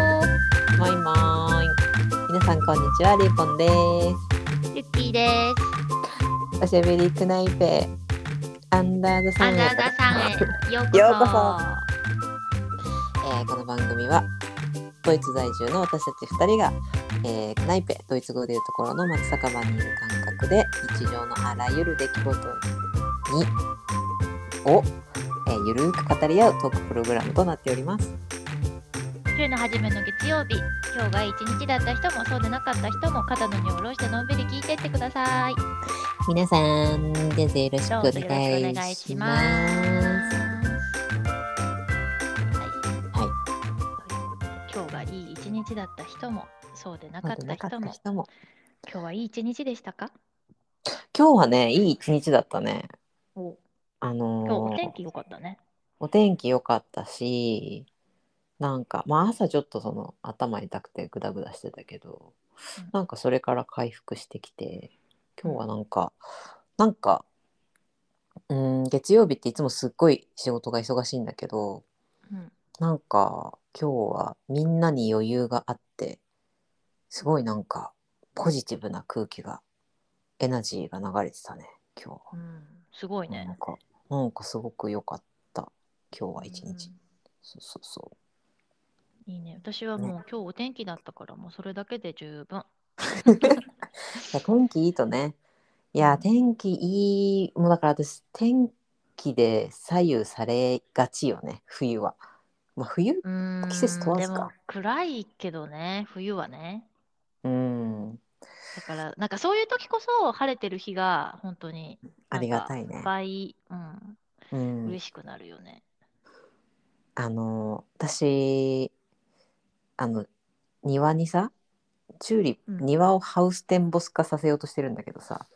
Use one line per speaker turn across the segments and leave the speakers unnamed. もいもーい。皆さんこんにちは、リボンです。
ゆっきーです。
おしゃべりクナイペアンダーザさ
ア
ん
ン
へ
ダーザさんへようこそ。
ようこそえーこの番組はドイツ在住の私たち2人が、えークナイペドイツ語でいうところの松坂場にいる感覚で日常のあらゆる出来事にを、えーゆるーく語り合うトークプログラムとなっております。
週の初めの月曜日、今日が一日だった人もそうでなかった人も肩の荷を下ろしてのんびり聞いてってください。
皆さん、どうぞよろしく
ど
お
うぞよろしく
願
お
い
願いし
し
ます。
ます。
はい。。
はい
今日がいい一日だった人もそうでなかった人も
人も
今日はいい一日でしたか？
今日はねいい一日だったね
お、
あ
今日お
のー
天気良かったね。
お天気良かったしなんかまあ朝ちょっとその頭痛くてグダグダしてたけど
うん
なんかそれから回復してきて今日はなんかなんかうーん月曜日っていつもすっごい仕事が忙しいんだけど
うん。
なんか今日はみんなに余裕があってすごいなんかポジティブな空気がエナジーが流れてたね今日は。
うん。すごい
な
ね
ん。か、なんかすごく良かった。今日は一日、そうそうそ
うん。いいね。私はもう今日お天気だったからもうそれだけで十分。
う。いや天気いいとね。いや、天気いい。もうだから私、天気で左右されがちよね、冬は。まあ、冬
うーん
季節問わずか
でも暗いけどね、冬はね。
うん、
だから、なんかそういう時こそ晴れてる日が本当に
ありがたい
なん
ね
か。倍、うん、
うん、
嬉しくなるよね。
あの、私、あの、庭にさ、チューリップ、
うん
庭をハウステンボス化させようとしてるんだけどさ、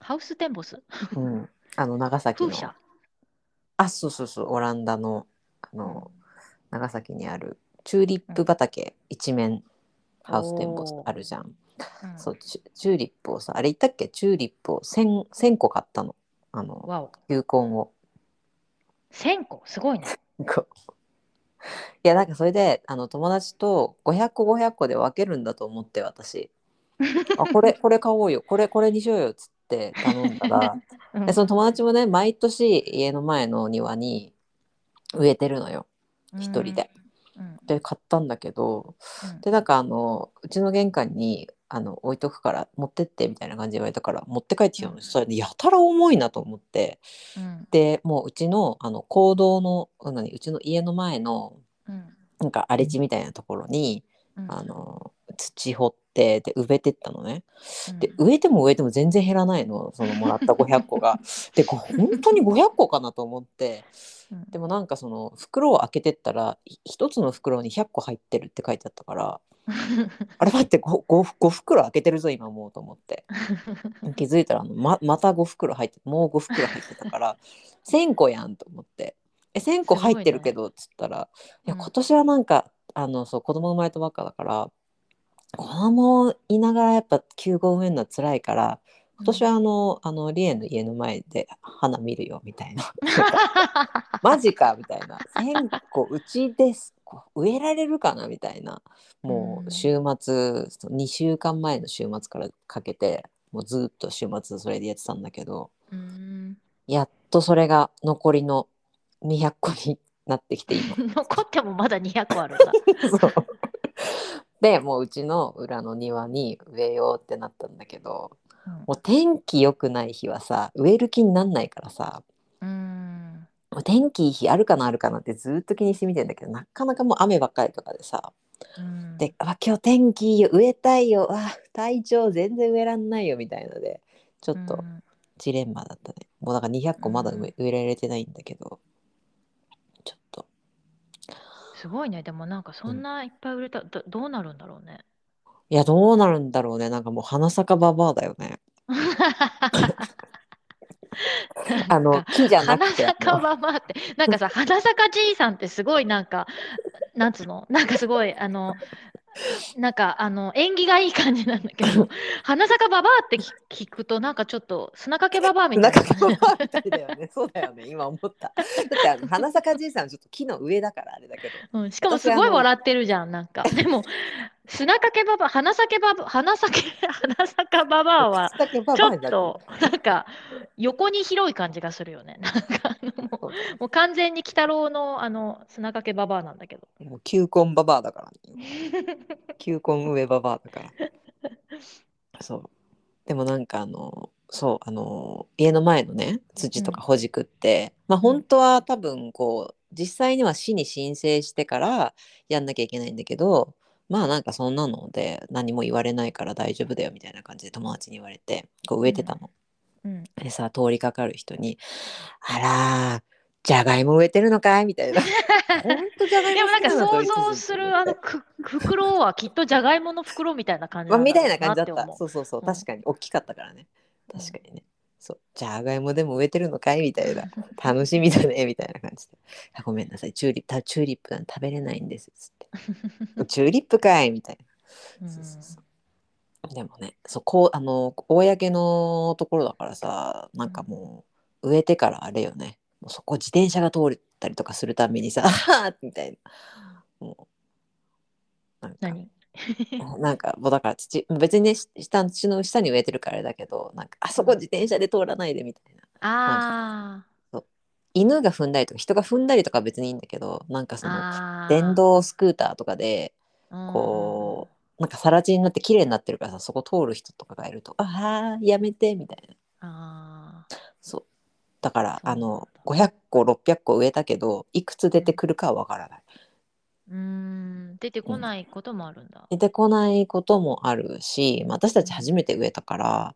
ハウステンボス、
うん、あの、長崎
風
の。
車。
あ、そうそうそう、オランダの、あ
う
の、
ん
長崎にあるチューリップ畑一面ハウステンボスあるじゃん。
うん
そうチュチューリップをさあれ言ったっけチューリップを 1000, 1000個買ったのあの
わお、
球根を。
1000個、すごいね。
こういやなんかそれであの友達と500個500個で分けるんだと思っ て私あこれこれ買おうよこれこれにしようよっつって頼んだら
うん
でその友達もね毎年家の前の庭に植えてるのよ。一人で。
うん
で買ったんだけど
うん
でなんかあのうちの玄関にあの置いとくから持ってってみたいな感じで言われたから持って帰ってきたの、
うん
それでやたら重いなと思って
うん
でもううちのあの行動のあのうちの家の前の
うん
なんか荒れ地みたいなところに、
うん
あの土掘ってで植えてったのね。
うん
で植えても植えても全然減らないのそのもらった500 個が。でこ本当に500個かなと思って
うん
でもなんかその袋を開けてったらい一つの袋に100個入ってるって書いてあったからあれ待って 5, 袋開けてるぞ今もうと 思って気づいたらあのままた5袋入ってもう5袋入ってたから 1,000個やんと思って「え1,000個入ってるけど」っつったら「い
ごいね
や
うん
今年はなんかあのそう子供生まれたばっかだから子供いながらやっぱ9号植えるのは辛いから今年はあのあのリエの家の前で花見るよ」みたいなマジかみたいな1,000個うちですこう植えられるかなみたいなも
う
うん週末2週間前の週末からかけてもうずっと週末それでやってたんだけど
うん
やっとそれが残りの200個になってきて今
残ってもまだ200個あるん だ。
そうでもううちの裏の庭に植えようってなったんだけどもう天気良くない日はさ植える気になんないからさ
うん
もう天気いい日あるかなあるかなってずっと気にしてみてんだけどなかなかもう雨ばっかりとかでさ
うん
で、あ今日天気いいよ植えたいよあ体調全然植えらんないよみたいのでちょっ
う
と
ん
ジレンマだったね、もうだから200個まだ植え植えられてないんだけどちょっと
すごいね。でもなんかそんないっぱい売れた、どどうなるんだろうね。
いやどうなるんだろうねなんかもう花咲かババアだよねあの木じゃな
花
くて
坂ママって、なんかさ、花坂じいさんってすごいなんか、なんつうの、なんかすごい、あの、なんかあの縁起がいい感じなんだけど、花坂ババアって聞聞くと、なんかちょっと砂かけババアみた
中
いな。
川ババアみたいだよね そうだよね今思っただってあの花咲かじいさんはちょっと木の上だからあれだけど
うん、しかもすごい笑ってるじゃん、なんか。でも、砂かけばば、花咲けばば、花 咲け、花咲かばばあは、
口だけバ
ち
バア
ょ
に
っ
な
と、なんか、横に広い感じがするよね。なんか、あのもうもう完全に鬼太郎の、あの、砂かけばばあなんだけ ど。
もう球根ババアだから、ね、球根上ババアだからそうでもなんかあのそうあの家の前のね土とかほじくって、まあ本当は多分こう実際には市に申請してからやんなきゃいけないんだけどまあなんかそんなので何も言われないから大丈夫だよみたいな感じで友達に言われてこう植えてたの。
うん。
でさ通りかかる人に「あらーじゃがいも植えてるのかい?」みた いな。本当じゃがい
で
も
もな
好
ん
き
か想
なのと
像す
一途に
るあのく袋はきっとじゃがいもの袋みたいな感じ
まあ、
ん
みたい
ろ
な
う
感じだっ
って
た
思う
そうそうそう
うん
確かに大きかったからね
うん
確かにね、そうじゃがいもでも植えてるのかいみたいな楽しみだねみたいな感じであごめんなさいチューリップたチューリップなんて食べれないんですつ ってチューリップかいみたいなそうそうそうでもねそうこうあの公のところだからさなんかもう植えてからあれよねもうそこ自転車が通ったりとかするたびにさ「あ はっみたいなもうなんか
何
なんかもうだから土別にねし下の土の下に植えてるからあれだけどなんかあそこ自転車で通らないでみたいな
あ
犬が踏んだりとか人が踏んだりとかは別にいいんだけどなんか
ー
その
あー
電動スクーターとかで
うん
こなんか更地になって綺麗になってるからさそこ通る人とかがいると「ああやめて」みたいな
あー
そうだから
そう
あ
なんだ
の500個600個植えたけどいくつ出てくるかはわからない。
うーん出てこないこともあるんだ、
出てこないこともあるし、まあ、私たち初めて植えたから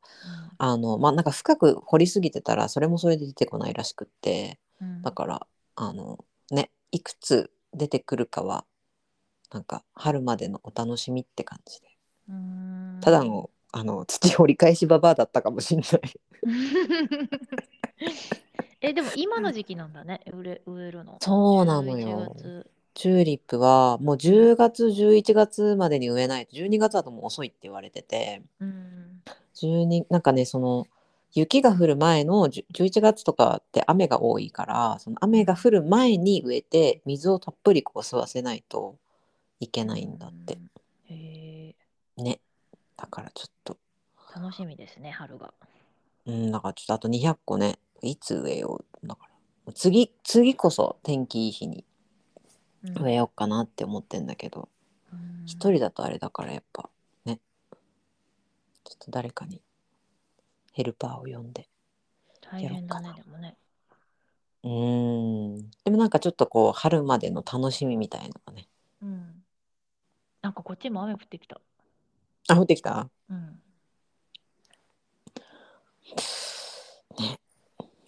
あのまあなんか深く掘りすぎてたらそれもそれで出てこないらしくって
うんうん
だからあのねいくつ出てくるかはなんか春までのお楽しみって感じで
うーん
ただのあの土掘り返しババアだったかもしんない
えでも今の時期なんだね植え植えるの
そうなの
11
よ
月
チューリップはもう10月11月までに植えないと12月だともう遅いって言われてて
うん
12なんかねその雪が降る前の10 11月とかって雨が多いからその雨が降る前に植えて水をたっぷりこう吸わせないといけないんだって
うんへ
ねだからちょっと
ー楽しみですね春が
うんだからちょっとあと200個ねいつ植えようだから次次こそ天気いい日に
うん
植えようかなって思ってんだけど
うん
一人だとあれだからやっぱねちょっと誰かにヘルパーを呼んで
大変だねでもね
うーんでもなんかちょっとこう春までの楽しみみたいなのがね
うんなんかこっちも雨降ってきた
あ降ってきた
うん
ね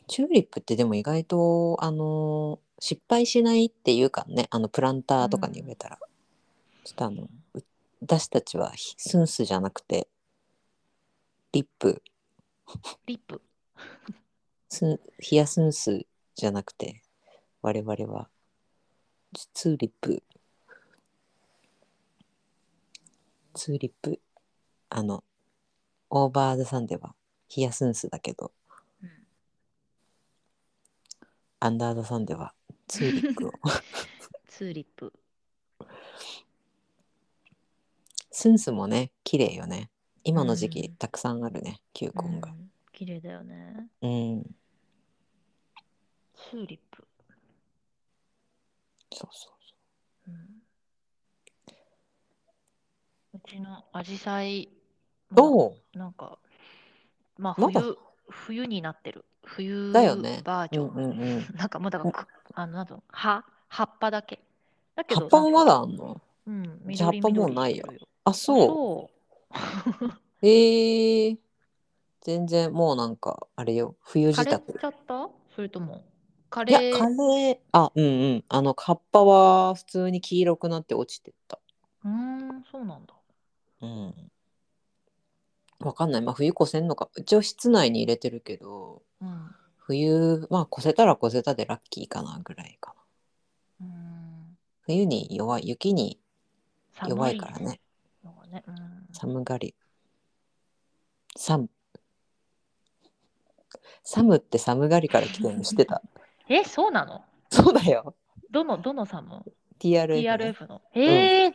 チューリップってでも意外とあの失敗しないっていうかねあのプランターとかに植えたら、ちょっとあのう私たちはひスンスじゃなくてリップ
リップ
スンヒヤスンスじゃなくて我々はツーリップツーリップあのオーバーズさんではヒヤスンスだけど
うん
アンダーザさんではツーリ ップを
ツーリップ
スンスもね綺麗よね今の時期、
うん
たくさんあるね球根が
うん綺麗だよね
うん、
ツーリップ
そうそう
うんうちのアジサイ
そう
も
おう
なんかまあ
まだ
冬冬になってる冬
だよね
バージョン、
うんうんうん
なんかもうだからくあのなんと葉葉っぱだけだけ
葉
ど
っぱも
な
ま
んか
だあんの
うん
じゃあ葉っぱもうないや
よ
あそうえー、全然もうなんかあれよ冬
枯
支
れ
度
ちゃったそれとも枯
いや
れ
カレーあうんうんあの葉っぱは普通に黄色くなって落ちてった
うーんそうなんだ
うんわかんないまあ冬越せんのかうちは室内に入れてるけど
うん
冬まあ越せたら越せたでラッキーかなぐらいかな
うーん
冬に弱い雪に
寒
弱いからね
のがねうん
寒がり寒寒って寒がりから来てるの知って た
えそうなの
そうだよ
どのどの寒
TRF、ね、
TRF のええ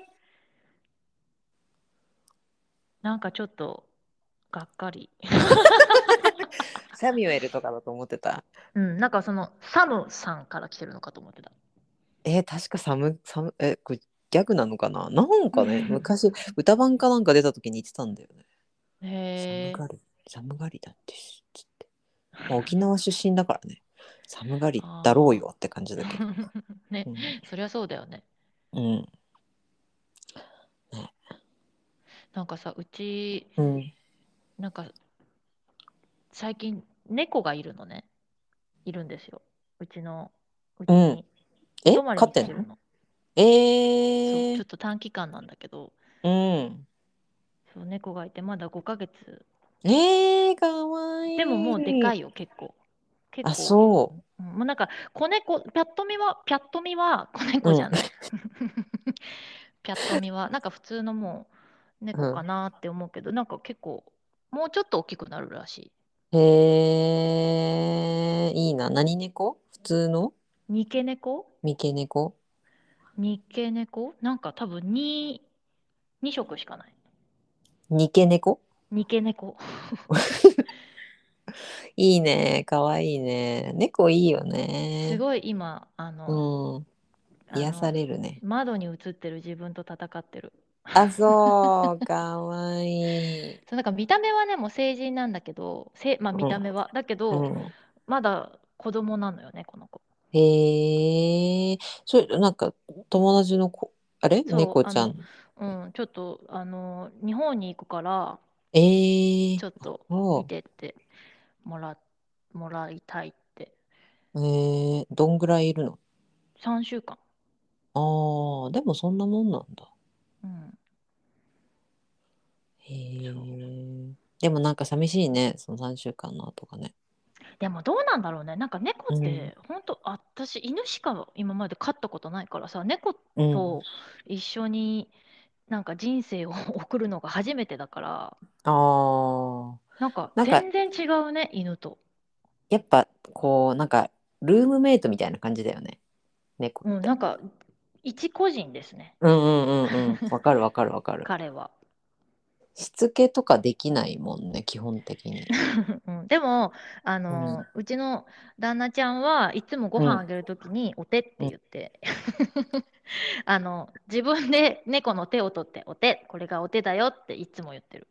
なんかちょっと、がっかり。
サミュエルとかだと思ってた。
うん、なんかその、サムさんから来てるのかと思ってた。
えー確かサム、サム、え、これギャグなのかななんかね、
うん
昔、歌番かなんか出た時に言ってたんだよね。
へえ
寒。がり、寒がりだってし、つって。まあ沖縄出身だからね、寒がりだろうよって感じだけど。
ね
う、ん
そりゃそうだよね。
うん。
なんかさ、うち、
うん。
なんか、最近、猫がいるのね。いるんですよ。うちの、うちに、
え、
泊まり
飼
に
っ
来
て
て
ん
る
の
の。
え
そうちょっ、
ー
と短期間なんだけど、
うん。
そう猫がいてまだ5ヶ月。
えー、かわいい。
でももうでか
い。
いよ、結構。結構。
あ、そう。
うんもうなんか、子猫、ピャッと見は、ピャッと見は子猫じゃない。 ピャッと見は、なんか普通のもう猫かなって思うけど、なんか結構、もうちょっと大きくなるらし
へえ、いいな。何猫普通の
い。ニケ猫
三毛猫
ニケ猫なんか多分2、2色しかない。
二毛猫
ニケ猫。
いいね。かわいいね。猫いいよね。
すごい今、あの、あ
うん。
の
癒されるね。
窓に映ってる自分と戦ってる。
あ、そう。かわい い。
そうなんか見た目はね、もう成人なんだけど、せまあ見た目は。だけ
う
ど、
ん。
まだ子供なのよね、この子。
へえ。それ、なんか、友達の子、あれ
そう
猫ちゃん。
うん、ちょっと、あの、日本に行くから、
ええ
ちょっと
お
見てってもら、もらいたいって。
えー、どんぐらいいるの
3週間。
ああ、でもそんなもんなんだ。
うん。そう
へえ。でもなんか寂しいね、その3週間の後がね。
でもどうなんだろうね。なんか猫っ
うん
て、本当、あ私、犬しか今まで飼ったことないからさ、猫
うん。
と一緒になんか人生を送るのが初めてだから、
ああ。
なんか
なんか
全然違うね、犬と。
やっぱ、こう、なんか、ルームメイトみたいな感じだよね。猫
う
っ
ん、
て。
なんか、一個人ですね、
うんうんうん うん。わかるわかるわかる。
彼は。
しつけとかできないもんね、基本的に。
うん、でも、あのうちの旦那ちゃんはいつもご
うん
飯あげるときに「お手」って言って、 あの自分で猫の手を取って「お手これがお手だよ」っていつも言ってる。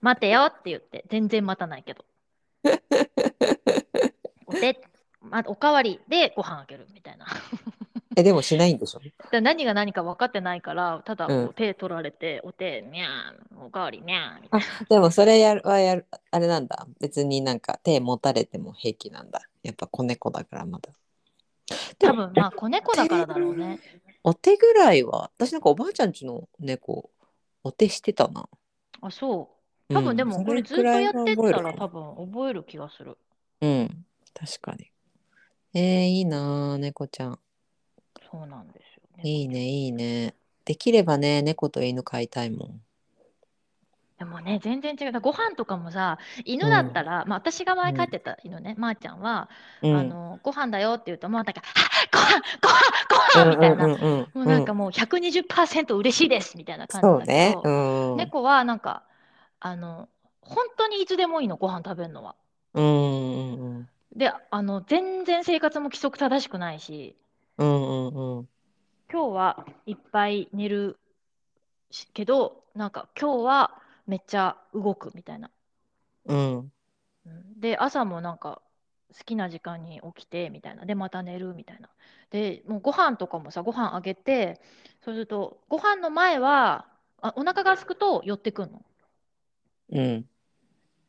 待てよって言って全然待たないけど。お手、ま、おかわりでご飯あげるみたいな。だか
え、でもしない んでしょ
ら何が何か分かってないからただこう
うん
手取られて「お手にゃーおかわりにゃー」みたい
あ、でもそれやるはやる、あれなんだ。別になんか手持たれても平気なんだ。やっぱ子猫だからまだ。
な
で
多
も
分まあ子猫だからだろうね。
お手ぐらいは、私なんかおばあちゃんちの猫、お手してたな。
あそう。
うん
多分でもこれずっとやってったら多。分覚える気がする。
それくらいは覚えるかなうん、確かに。えー、いいなー猫ちゃん。
そうなんですよ、ね。
いいね、いいね。できればね、猫と犬飼いたいもん。
でもね全然違う。だからご飯とかもさ犬だったら、まあ私が前飼ってた犬ね、まー、ちゃんは、
うん、
あのご飯だよって言うともうなんかあご飯ご飯ご飯みたいな、
うんうんうん
も
うん
うなんかもう120%嬉しいですみたいな感じ
そう
だけ
ね
ど、。
うん。
猫はなんかあの本当にいつでもいいのご飯食べるのは。
うんうんうん。
であの全然生活も規則正しくないし。
うんうんうん。
今日はいっぱい寝るしけどなんか今日はめっちゃ動くみたいな。
うん。
うんで朝もなんか好きな時間に起きてみたいなでまた寝るみたいな。でもうご飯とかもさご飯あげてそうするとご飯の前はあお腹が空くと寄ってくんの。
うん。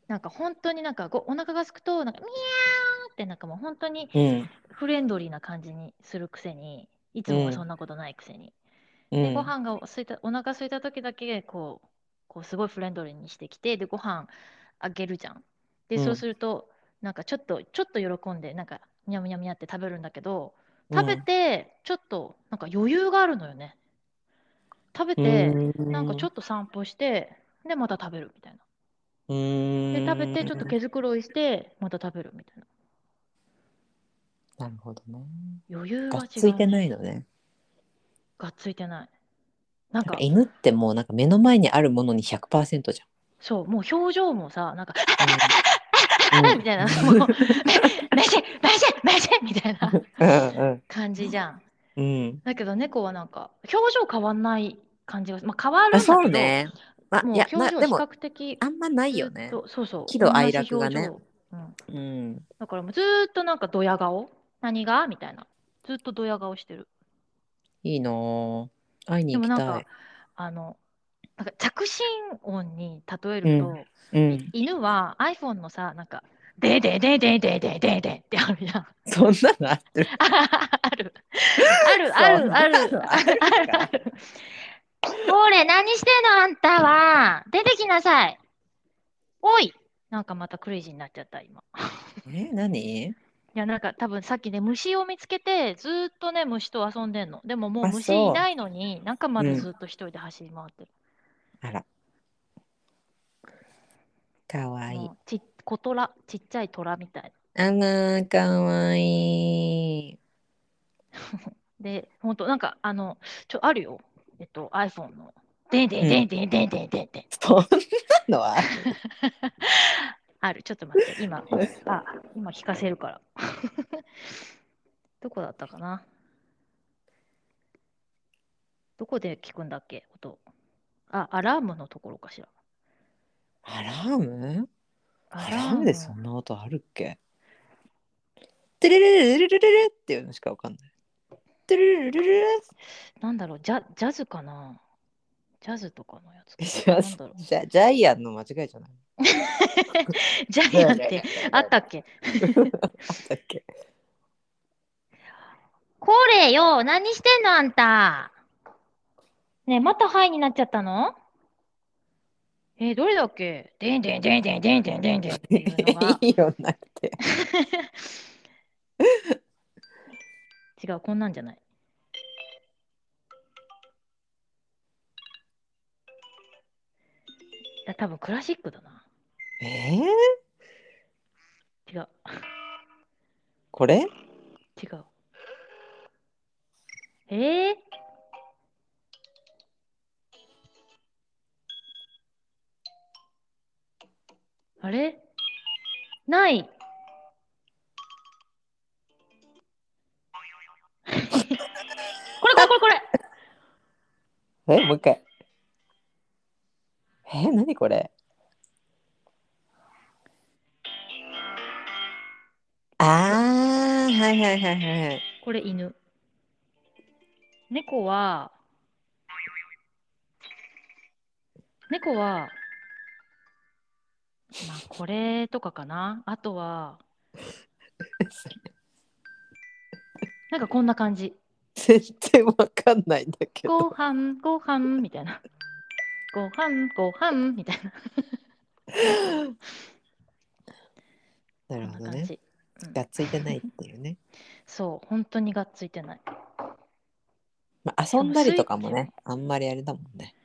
なんか本当になんかごお腹が空くとなんかミヤーってなんかもう本当に
うん。
フレンドリーな感じにするくせにいつもはそんなことないくせに。
う
で
ん。
ご飯がすいたお腹空いた時だけこうこうすごいフレンドリーにしてきてでご飯あげるじゃん。で
うん
そうすると、なんかちょっとちょっと喜んでなんかにゃむにゃむにゃって食べるんだけど食べてちょっとなんか余裕があるのよね。食べて、なんかちょ
っ
っと散歩してでまた食べるみたいな。
と、
で食べてちょっと
け
毛づくろいしてまた食べるみたいな。
なるほどね。
余裕
が
が違う、
っついてないのね。
がっついてない。なんか
犬ってもうなんか目の前にあるものに100%じ
そうもう表情もさなんか
ゃん。
みたいな、もう、め、めし、めし、めしみたいな
うん
感じじゃん。
うんうん。
だけど猫はなんか、表情変わんない感じが、まあ変わるんだ
あ
けど、
そうね。まあ
もう
い
い
や
表情
まあで
比
も
較的、
あんまないよね
ずっ。とそうそう。
喜怒哀楽がね
同じ表情。うん、
うん。
だからもうずーっとなんかドヤ顔何がみたいな。ずっとドヤ顔してる。
いいなぁ。会いに
で
行
もな
き
ん
た
か
い。、
あの、なんか着信音に例えると、
ううん。
犬は iPhone のさ、なんか、ででででででででってあるじゃん。
そんなのあってる。
ある。あるあるある
そんなの
あ
ある
る
か
ある。ほれ、何してんのあんたは。出てきなさい。おい。なんかまたクレイジーになっちゃった、今。
え何？
いや、なんか多分さっきね、虫を見つけて、ずーっとね、虫と遊んでんの。でももう
あ
虫
そう
いないのに、なんかま
う
だ
ん
ずっと一人で走り回ってる。
あら。かわいい
も。うち小虎、ちっちゃい虎みたいな。
あらかわいい。
で、ほんと、なんかあの、ちょ、あるよ。えっと、iPhone の。でんでんでんでんでんでんでんでん。
そんなのはある。
ある、ちょっと待って、 今、あ、今聞かせるから。 どこだったかなどこで聞くんだっけ音。あ、アラームのところかしら。
アラーム？アラームでそんな音あるっけ？テレレレレレレレっていうのしかわかんない。テレレレレレレ。
なんだろう、ジャジャズかなジャズとかのやつか
え
な
じ
なん
ゃあ
だろう。
じゃあ ジャイアンの間違いじゃない？
ジャイアンってあったっけ
あったっけ？
これよ、何してんのあんた。ねえまたハイになっちゃったのえーどれだっけでんでんでんでんでんでんでんでんっていうのが
いいよなって。
違う、こんなんじゃない。いや多分クラシックだな。
えー、
違う、
これ？
違う。えー、あれない。 これこれこれこれ
えもう一回。え何これ？ああはいはいはいはいはい。
これ犬。猫は、猫は、まあこれとかかな。あとは、なんかこんな感じ。
全然わかんないんだけ
ご
ど。
飯、ご飯みたいな。ご飯、ご飯みたいな
な
こ
る
んな
ほど
感
ね。
じ。うん
がっついてないっていう ね。
そう、本当にがっついてない。
まあ、遊んだりとかもね、あんまりあれだもんね。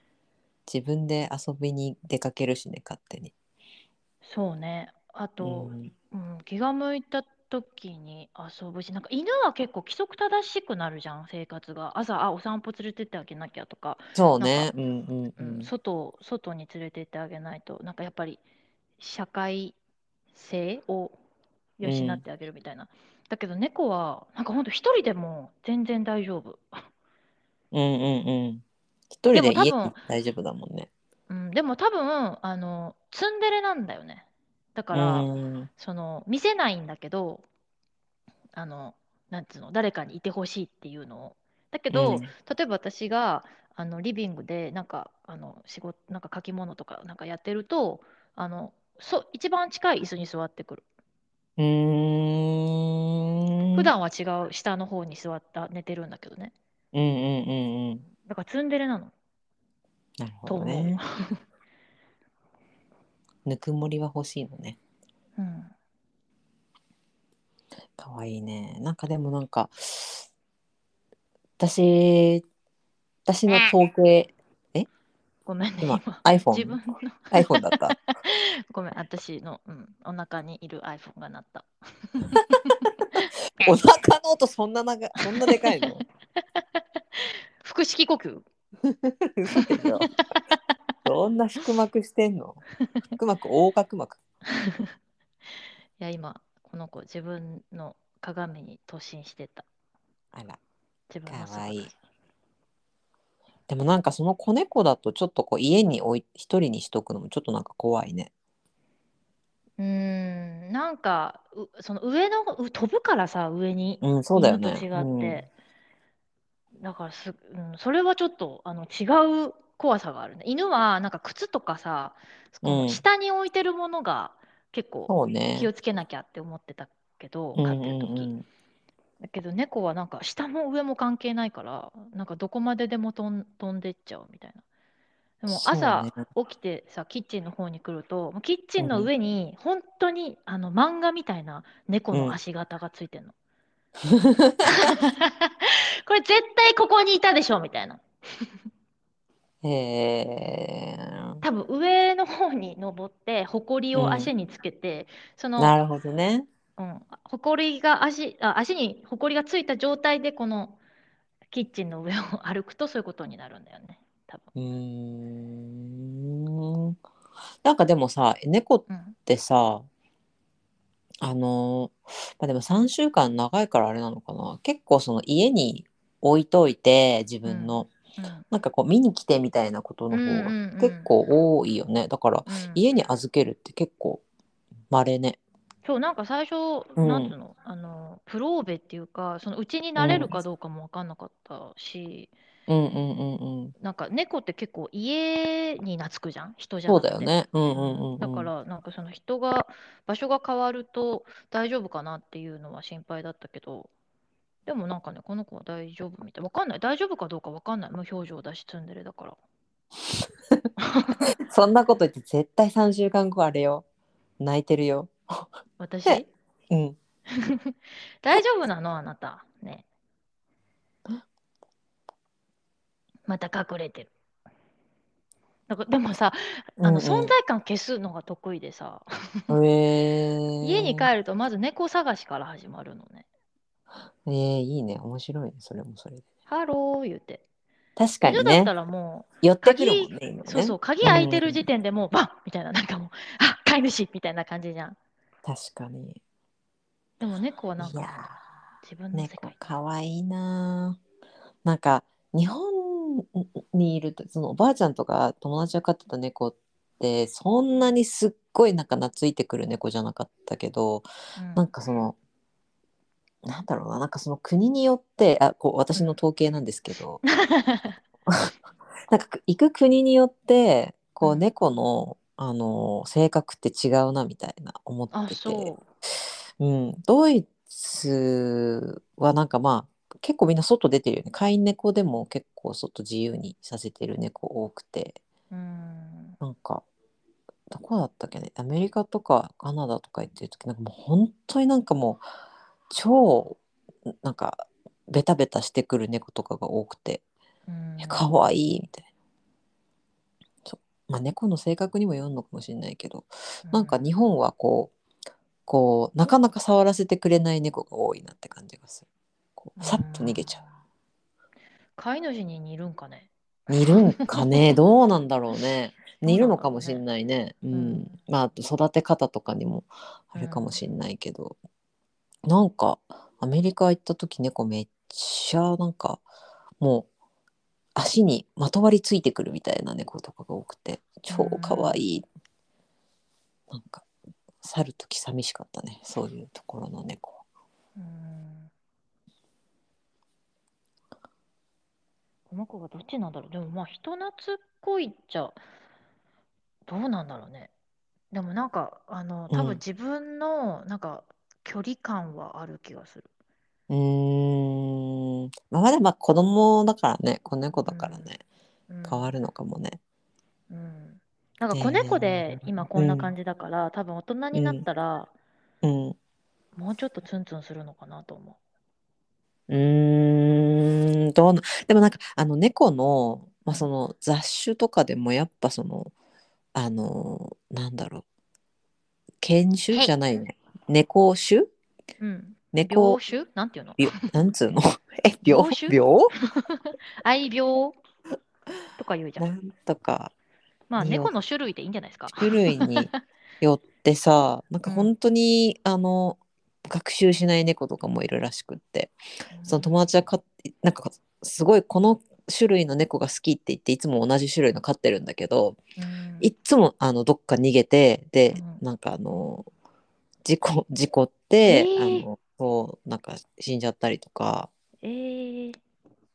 自分で遊びに出かけるしね、勝手に。
そうね。あと、
うん
うん、気が向いた時に遊ぶし、なんか犬は結構規則正しくなるじゃん、生活が。朝、あ、お散歩連れてってあげなきゃとか、
そうね。うんうん
う
うんん。
外を、外に連れてってあげないと、なんかやっぱり社会性を養ってあげるみたいな。だけど猫は、なんかほんと一人でも全然大丈夫。
うんうんうん。一人で
でも多分
家に大丈夫だもんね。
うん、でも多分、あの、ツンデレなんだよね。だ
う
から、
ん
その見せないんだけどあのなんつうの誰かにいてほしいっていうのをだけど、
うん
例えば私があのリビングでなんかあの仕事なんか書き物とかなんかやってるとあのそ一番近い椅子に座ってくる
うーん。
普段は違う下の方に座った寝てるんだけどね
うんうんうんうん。
だからツンデレなの
なるほ
と
ど
思う、
ね。ぬくもりは欲しいのね。
うん、
かわいいね。なんかでもなんか、私、私の統計、
ごめんね
今
今
iPhone。
自分の
iPhone だ った。
ごめん私の、うん、お腹にいる iPhone が鳴った
お腹の音そんなながそんなでかいの
腹式呼吸
嘘でしょどんな腹膜してんの腹膜横隔膜
いや今この子自分の鏡に突進してた
あら
自分の
かわいい
姿
でもなんかその子猫だとちょっとこう家に置い一人にしとくのもちょっとなんか怖いね
うーんなんかうその上のう飛ぶからさ上に、
うんそうだよ
犬
ね
と違って、だからす、うん、それはちょっとあの違う怖さがあるね犬はなんか靴とかさ
うん
下に置いてるものが結
うん、
構
そうね
気をつけなきゃって思ってたけど、
うんう
飼ってる
ん
時、
うん
だけど猫はなんか下も上も関係ないからなんかどこまででも飛ん飛んでっちゃうみたいな。でも
そうね
朝起きてさ、キッチンの方に来るともうキッチンの上に本当にあの漫画みたいな猫の足型がついてんの。 これ絶対ここにいたでしょみたいな。
へー
多分上の方に登って埃を足につけて、その
なるほどね
うん、埃が足あ足に埃がついた状態でこのキッチンの上を歩くとそういうことになるんだよね。多分。
うーんなんかでもさ猫っ
うん。
てさあのまあでも3週間長いからあれなのかな結構その家に置いといて自分の、
うん
なんかこう見に来てみたいなことの
う
方
んうんう
が
ん
結構多いよね、だから
うん
家に預けるって結構まれね
そうなんか最初、
うん
なんつうのあのプローベっていうかそのうちになれるかどうかも分かんなかったし、
うんうんうんうん
なんか猫って結構家に懐くじゃん人じゃ
そ
な
う
くて
だよねうんうんうん、うん、
だからなんかその人が場所が変わると大丈夫かなっていうのは心配だったけどでもなんかねこの子は大丈夫みたいわかんない大丈夫かどうかわかんない無表情だしツンデレだから
そんなこと言って絶対3週間後あれよ泣いてるよ
私
えうん
大丈夫なのあなたねまた隠れてるなんかでもさあの
うんうん
存在感消すのが得意でさ、
えー、
家に帰るとまず猫探しから始まるのね
えー、いいね面白いねそれもそれで
ハロー言うて
確か
犬
に
だっ
ね
たらもう
寄ってくるもんね今ね
そうそう、鍵開いてる時点でもうバンみたいな、なんかもう、あ飼い主みたいな感じじゃん。
確かに
でも猫はいなん
や
か自分
ー
の世
猫
界。
かわいいなーなんか日本にいるとそのおばあちゃんとか友達が飼ってた猫ってそんなにすっごいなんか懐いてくる猫じゃなかったけど、
うん
なんかそのなんだろうななんかその国によってあこう私の統計なんですけど、なんかく行く国によってこ
う
うん猫の、あの性格って違うなみたいな思っ
あ、
てて、
そう
ん、ドイツはなんかまあ結構みんな外出てるよね飼い猫でも結構外自由にさせてる猫多くて
う。うん。
なんかどこだったっけねアメリカとかカナダとか行ってる時なんかもう本当になんかもう超なんかベタベタしてくる猫とかが多くて
うん
「えかわいい」みたいな。そうまあ、猫の性格にもよるのかもしれないけどなんか日本はこうこうなかなか触らせてくれない猫が多いなって感じがするこうさっと逃げちゃう。
飼い主に似るんかね。
似るんかねどうなんだろうね
どうなんだろうね
似るのかもしんないねうん、
うん
まああと育て方とかにもあれかもしんないけど、なんかアメリカ行った時猫めっちゃなんかもう足にまとわりついてくるみたいな猫とかが多くて超かわいい、なんか去る時寂しかったねそういうところの猫は
うん。この子はどっちなんだろう。でもまあ人懐っこいっちゃ、どうなんだろうね。でもなんか、あの、多
うん
分自分の、なんか、距離感はある気がする。
うーんまあまだまあ子供だからね子猫だからね、
うん
変わるのかもね
うんなんか
ねえ
子猫で今こんな感じだから、多分大人になったら、
うん
もうちょっとツンツンするのかなと思
うーんどうなでもなんかあの猫の,、まあ、その雑種とかでもやっぱそのあのなんだろう犬種
はい
じゃないね猫種
う。うん。
猫
病種 なんていうの
病なんつうのえ病
病種
病
愛病とか言うじゃ。
なんんとか
まあ、
いいよ
猫の種類でいいんじゃないですか。
種類によってさなんか
うん
本当に、あの学習しない猫とかもいるらしくってその友達が飼ってなんかすごいこの種類の猫が好きって言っていつも同じ種類の飼ってるんだけど
うん
いっつもあのどっか逃げてで、
うん
なんかあの事故事故って、
えー
あのそうなんか死んじゃったりとか
えー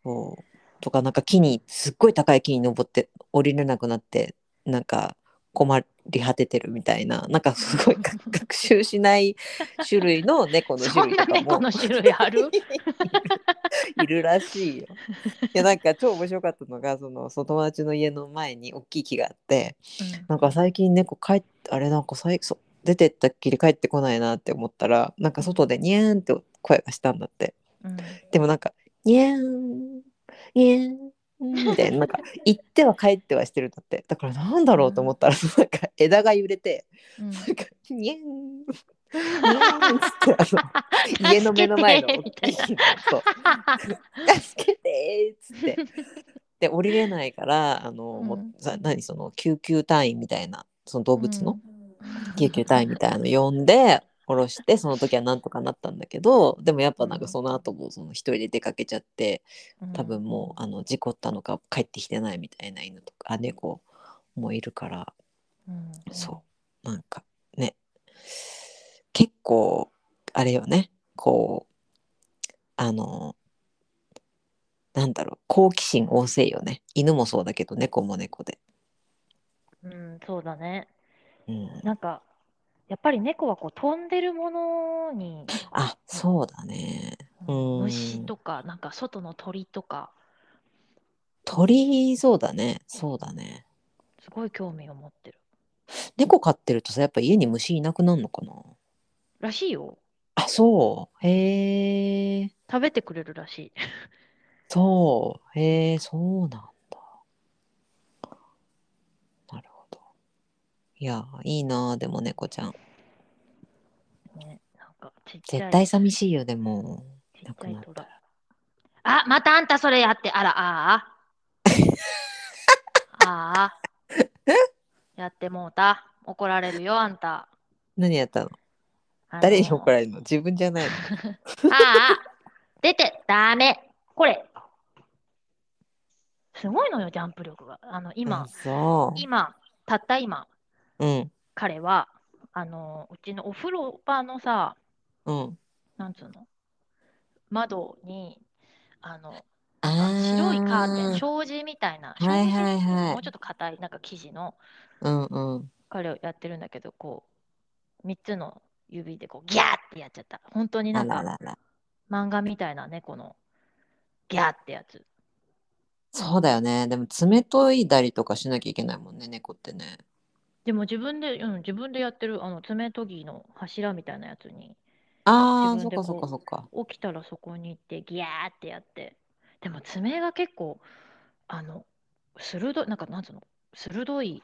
そうとかなんか木にすっごい高い木に登って降りれなくなってなんか困り果ててるみたいななんかすごいか学習しない種類の猫の
そ
種
ん
類
な
とか
猫
も
の種類ある
いるらしいよ。いやなんか超面白かったのがそのその友達の家の前に大きい木があって。なんか最近猫帰ってあれなんか最そ出てったっきり帰ってこないなって思ったらなんか外でニャーンって声がしたんだって
うんうん
でもなんかニャーンニャーンみたいななんか行っては帰ってはしてるんだってだからなんだろうと思ったらなんか枝が揺れて
うん
なんかニャーンニャーンっつってあの家の目の前の
助けてみたいな
そう助けてーっつってで降りれないからあの、もう
うん
さ何その救急隊員みたいなその 動物の、
うん
救急隊員みたいなの呼んで降ろしてその時はなんとかなったんだけどでもやっぱなんかその後もその一人で出かけちゃって多分もうあの事故ったのか帰ってきてないみたいな犬とかあ猫もいるから
うん
そうなんかね結構あれよねこうあのなんだろう好奇心旺盛よね犬もそうだけど猫も猫で、
うん、そうだね。
うん、
なんか、やっぱり猫はこう飛んでるものに、
あそうだねうん
虫とか、なんか外の鳥とか、
鳥そうだねそうだね
すごい興味を持ってる。
猫飼ってるとさやっぱ家に虫いなくなるのかな
らしいよ。
あそうへえ
食べてくれるらしい。
そうへえそうなんだなるほどいやいいなあでも猫ちゃん
ね、なんかちっちゃ
絶
い。
対寂しいよでも
ち
な
っち
く
ゃ
ないった
虎
ら。
あ、またあんたそれやって、あら、あ あ。ああ。やってもうた。怒られるよ、あんた。
何やったの
あのー
誰に怒られるの自分じゃないの
ああ、出て、ダメ。これ。すごいのよ、ジャンプ力が。あの、
あ
今、
そ
今、たった今、
ううん
彼は、あの、うちのお風呂場のさ、
うん
なんつうの、窓に、あの、
あー
白いカーテン、障子みたいな、
はいはいは
障子っ
い
てうのもうちょっと硬い、なんか生地の、
うんうん
彼をやってるんだけど、こう、3つの指でこう、ギャーってやっちゃった。本当にな
あ
ん
ら
か、
らら
漫画みたいな猫の、ギャーってやつ。
そうだよねでも爪研いだりとかしなきゃいけないもんね猫ってね
でも自分で、うん、自分でやってるあの爪研ぎの柱みたいなやつに
ああそ
自
っかそ
分
っ
で
か
こう
そっか
起きたらそこに行ってギャーってやってでも爪が結構あの鋭いなんかなんつうの鋭い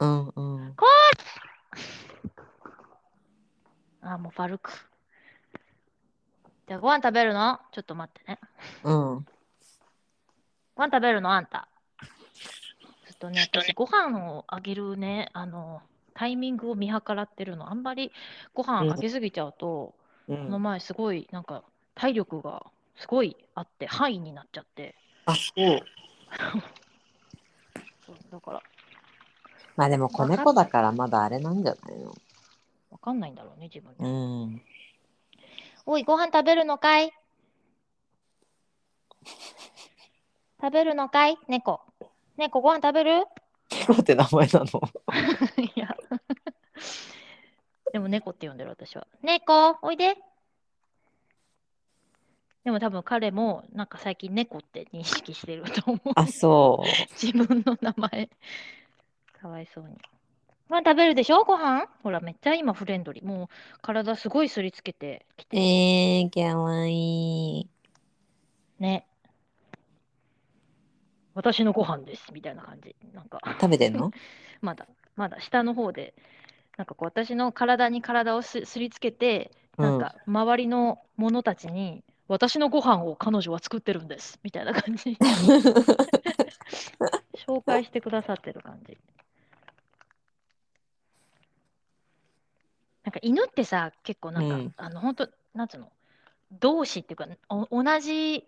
うんうん
あもうファルクじゃあご飯食べるのちょっと待ってね
うん
ご飯食べるのあんたずっとね私ご飯をあげるねあのタイミングを見計らってるのあんまりご飯あげすぎちゃうと、
う
この
ん
前すごいなんか体力がすごいあって範囲になっちゃって
あそう
そうだから
まあでも子猫だからまだあれなんじゃないの
わかんないんだろうね自分で、
うん
おいご飯食べるのかい食べるのかい猫猫ご飯食べる
猫って名前なの
いや でも猫って呼んでる私は猫おいででも多分彼もなんか最近猫って認識してると思う
あそう
自分の名前。かわいそうに。ご飯食べるでしょご飯ほら、めっちゃ今フレンドリー。もう体すごいすりつけてきて。
えー、かわいい
ね。私のご飯です。みたいな感じ。なんか、
食べてんの
まだ、まだ下の方で、なんかこう、私の体に体をすすりつけて、なんか、周りの者たちに、私のご飯を彼女は作ってるんですみたいな感 じ 紹介してくださってる感じなんか犬ってさ結構なんか、
うん
あの本当なんつうの同志っていうかお同じ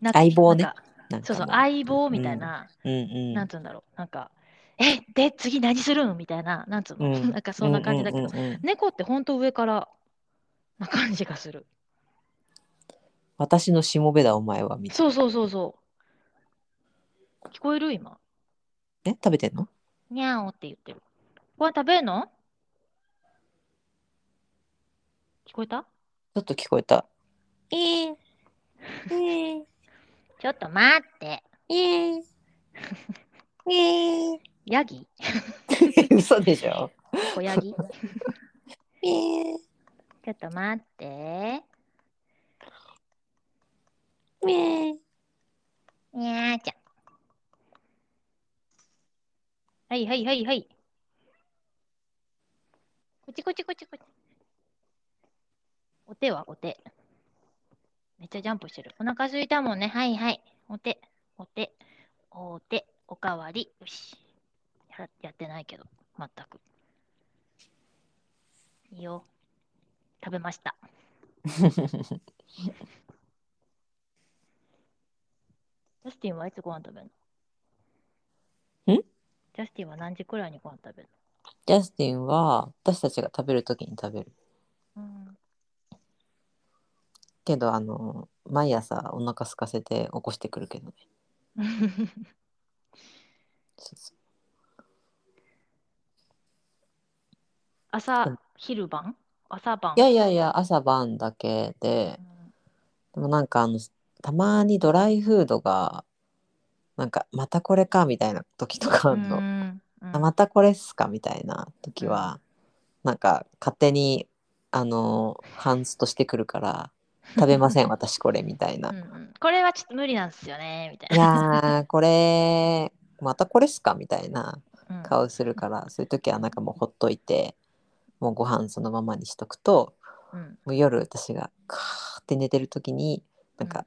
なんか
相棒ね
なんか
なんか
そうそう
も
相棒みたいな、
ううん
なんつうんだろうなんかえで次何するんみたいななんつうの、
う ん
なんかそんな感じだけど、
うんうんうんうん
猫って本当上からな感じがする
私のしもべだお前はみたい
そうそうそうそう聞こえる今
なえ食べてんの
にゃーおって言ってるご飯食べるの聞こえた
ちょっと聞こえた
えー、ちょっと待ってえー、
え
ヤギ
ー、 嘘でしょ
小ヤギ
えー、
ちょっと待って
えー、
にゃーちゃん。はいはいはいはい。こっちこっちこっちこっち。お手はお手。めっちゃジャンプしてる。お腹すいたもんね。はいはい。お手、お手、お手、おかわり。よし。ややってないけど、全く。いいよ。食べました。ジャスティンはいつご飯食べるの
ん
ジャスティンは何時くらいにご飯食べる
ジャスティンは私たちが食べる時に食べる
のうん。
けどあの毎朝お腹空かせて起こしてくるけどねそうそう
朝、
うん
昼晩朝晩
いやいやいや朝晩だけででもなんかあのたまにドライフードがなんかまたこれかみたいな時とかあ
うん
の、
んうん
あまたこれっすかみたいな時は、なんか勝手にあのハンスとしてくるから食べ ません私これみたいな、
うんうんこれはちょっと無理なんですよねみたい
い
な
やーこれまたこれっすかみたいな
うん
顔するから、そういう時はなんかもうほっといてもうご飯そのままにしとくと
うん
もう夜私がカーって寝てる時になんか、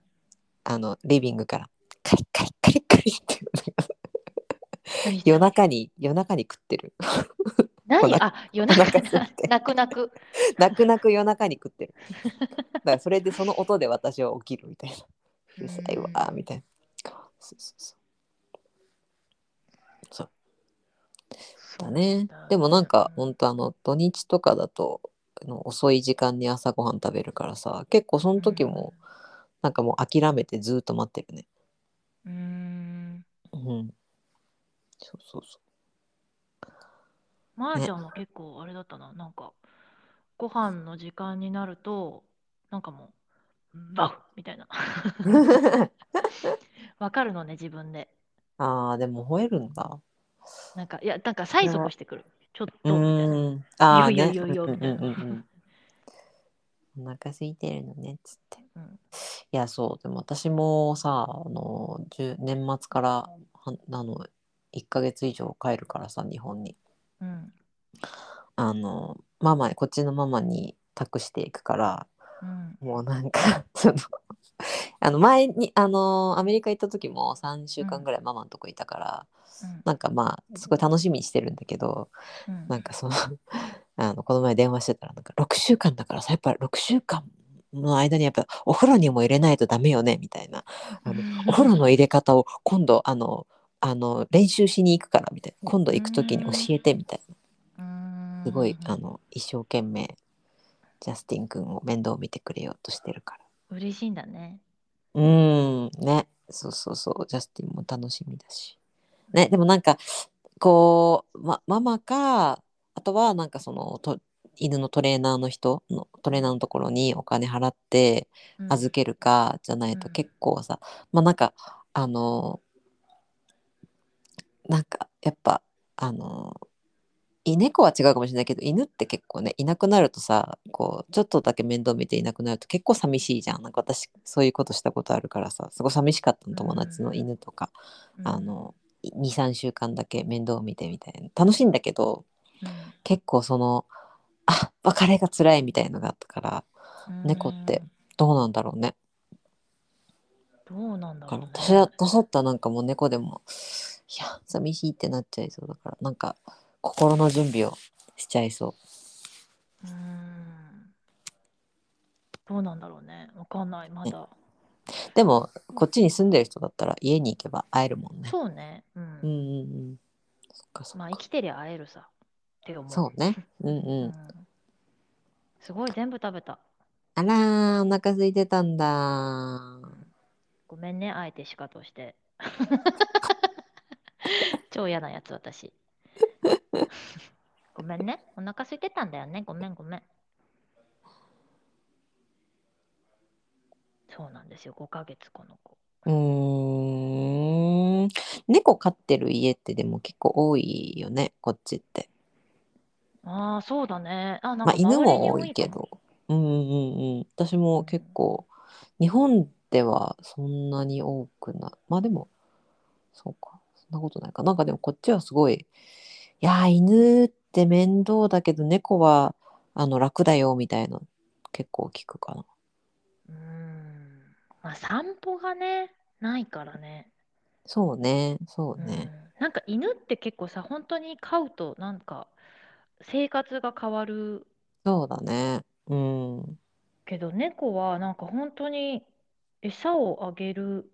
あのリビングからカリカリカリカリって
何して
夜中に夜中に食ってる
何あ夜中
お腹空いて
泣く泣く
泣く泣く夜中に食 ってるだからそれでその音で私は起きるみたいなうるさいわーみたいなそうそうそうだねでもなんかほんとあの土日とかだとあの遅い時間に朝ごはん食べるからさ結構その時も、なんかもう諦めてずーっと待ってるね
うんうん
うんそうそうそう
まーちゃんも結構あれだったな、なんかご飯の時間になるとなんかもうバフみたいな わかるのね自分で
ああでも吠えるんだ。
なんかいやなんか催促してくるちょっ
う
とみたいな
ーん。ああ
いや
ね。
いやいやいやみたいな
うんうんうんうんお腹空いてるのねっつって。
うん
いやそうでも私もさあの10年末からはあの1ヶ月以上帰るからさ日本に
うん
あのママこっちのママに託していくから
うん
もうなんかそのあの前にあのアメリカ行った時も3週間ぐらいママのとこいたから、なんかまあすごい楽しみにしてるんだけど、
うん
なんかその あのこの前電話してたらなんか6週間だからさやっぱ6週間の間にやっぱお風呂にも入れないとダメよねみたいなあのお風呂の入れ方を今度あのあの練習しに行くからみたいな今度行く時に教えてみたいな
うん
すごいあの一生懸命ジャスティン君を面倒見てくれようとしてるから
嬉しいんだね
うーんねそうそうそうジャスティンも楽しみだしねでもなんかこう、ま、ママかあとはなんかそのと犬のトレーナーの人のトレーナーのところにお金払って
うん
預けるかじゃないと
うん
結構さ、まあなんかあのなんかやっぱあのい猫は違うかもしれないけど犬って結構ねいなくなるとさこうちょっとだけ面倒見ていなくなると結構寂しいじゃんなんか私そういうことしたことあるからさすごい寂しかったの友達の犬とか、
うん
あの23週間だけ面倒見てみたいな楽しいんだけど
うん
結構そのあ別れが辛いみたいのがあったから猫ってどうなんだろうね。
どうなんだろ
だか
う、
ら
ね。
私だ私だったらなんかもう猫でもいや寂しいってなっちゃいそうだからなんか心の準備をしちゃいそう
ーんどうなんだろうね。わかんない、まだ。
うでもこっちに住んでる人だったら家に行けば会えるもんね
そうね。うん。
うんうんうんそっかそっか、
まあ、生きてりゃ会えるさ。って思う。
そうねうんう、
うんん。すごい、全部食べた。
あらーお腹空いてたんだ
ごめんね、あえてしかと して。超嫌なやつ、私。ごめんね。お腹空いてたんだよね。ごめん、ごめん。そうなんですよ、5ヶ月、この子。
うーん猫飼ってる家ってでも結構多いよねこっちって
ああ、そうだね。あ、なん
まあ
か
犬
周りに
も多い
か
け
も。
どうんうんうん私も結構日本ではそんなに多くないまあでもそうかそんなことないかなんかでもこっちはすごいいやー犬って面倒だけど猫はあの楽だよみたいな結構聞くかな
うーん。まあ、散歩がね、ないからね。
そうねそう
う
ね、
んなんか犬って結構さ、本当に飼うと、なんか生活が変わる
そうだねうん
けど、猫はなんか本当に餌をあげる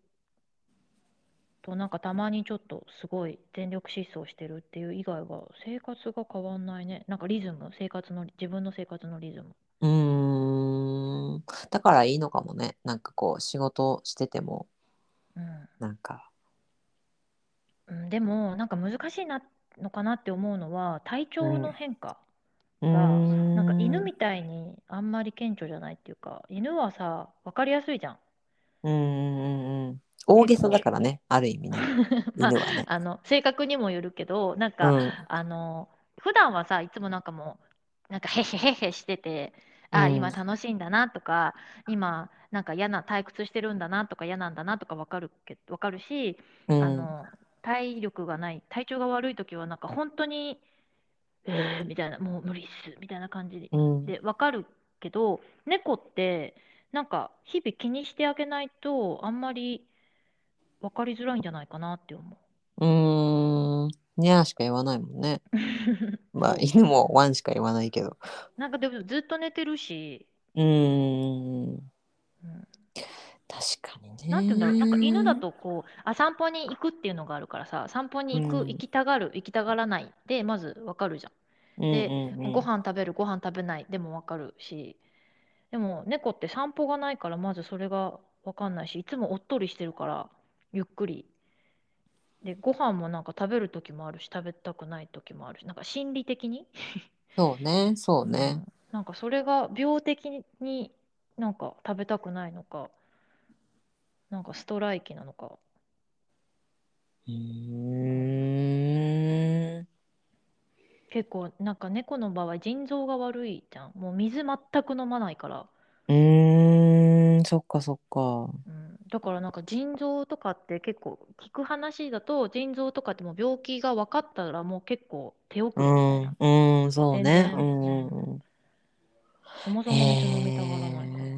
と、なんかたまにちょっとすごい全力疾走してるっていう以外は、生活が変わんないね。なんかリズム、生活の、自分の生活のリズム。
うーんだからいいのかもねなんかこう仕事してても
うん
なんか
うん、でもなんか難しいなのかなって思うのは体調の変化、
う
が
ー
なんか犬みたいにあんまり顕著じゃないっていうか犬はさ分かりやすいじゃん
うんうんうん大げさだからねある意味ね
まあ
犬はね、
あの性格にもよるけどなん
う
か、
ん
あの普段はさいつもなんかもうなんかへへへへしててあ
うん
今楽しいんだなとか今なんか嫌な退屈してるんだなとか嫌なんだなとか分かるけ分かるし、
うん
あの体力がない体調が悪い時はなんか本当に「えー」みたいな「もう無理っす」みたいな感じで
うん
でわかるけど猫ってなんか日々気にしてあげないとあんまり分かりづらいんじゃないかなって思
うーん、にゃーしか言わないもんね。
う。
まあ、
そう
犬もワンしか言わないけど。
なんかでもずっと寝てるし、
うーん、
うん、
確かにね。
なんて言うんだろうなんか犬だ。とこうあ散歩に行くっていうのがあるからさ散歩に行く、
うん
行きたがる行きたがらないでまず分かるじゃん。
うんうんうん、
ご飯食べるご飯食べないでも分かるしでも猫って散歩がないからまずそれが分かんないしいつもおっとりしてるからゆっくりでご飯もなんか食べる時もあるし食べたくない時もあるしなんか心理的に
そうね、そうね。
うんなんかそれが病的になんか食べたくないのかなんかストライキなのか
うーん。
結構なんか猫の場合腎臓が悪いじゃんもう水全く飲まないから。
うーん、そっかそっか。
うん、だからなんか腎臓とかって結構聞く話だと腎臓とかってもう病気が分かったらもう結構手遅
う
れみたい
ん
な、、
うん、そうね。
全然
うんうんうん。
そもそも水飲みたがらないから、
へえ。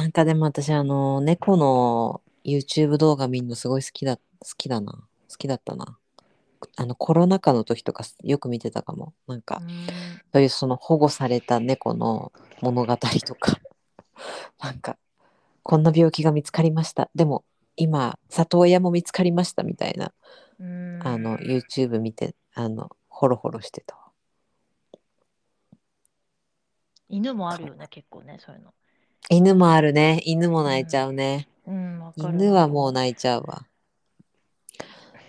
なんかでも私あの猫の YouTube 動画見るのすごい好きだ好きだな好きだったなあのコロナ禍の時とかよく見てたかもなんかそういうその保護された猫の物語とかなんかこんな病気が見つかりましたでも今里親も見つかりましたみたいな
うんうん
あの YouTube 見てあのホロホロしてたわ
犬もあるよね結構ねそういうの
犬もあるね犬も泣いちゃうね、
うんわかる
犬はもう泣いちゃうわ。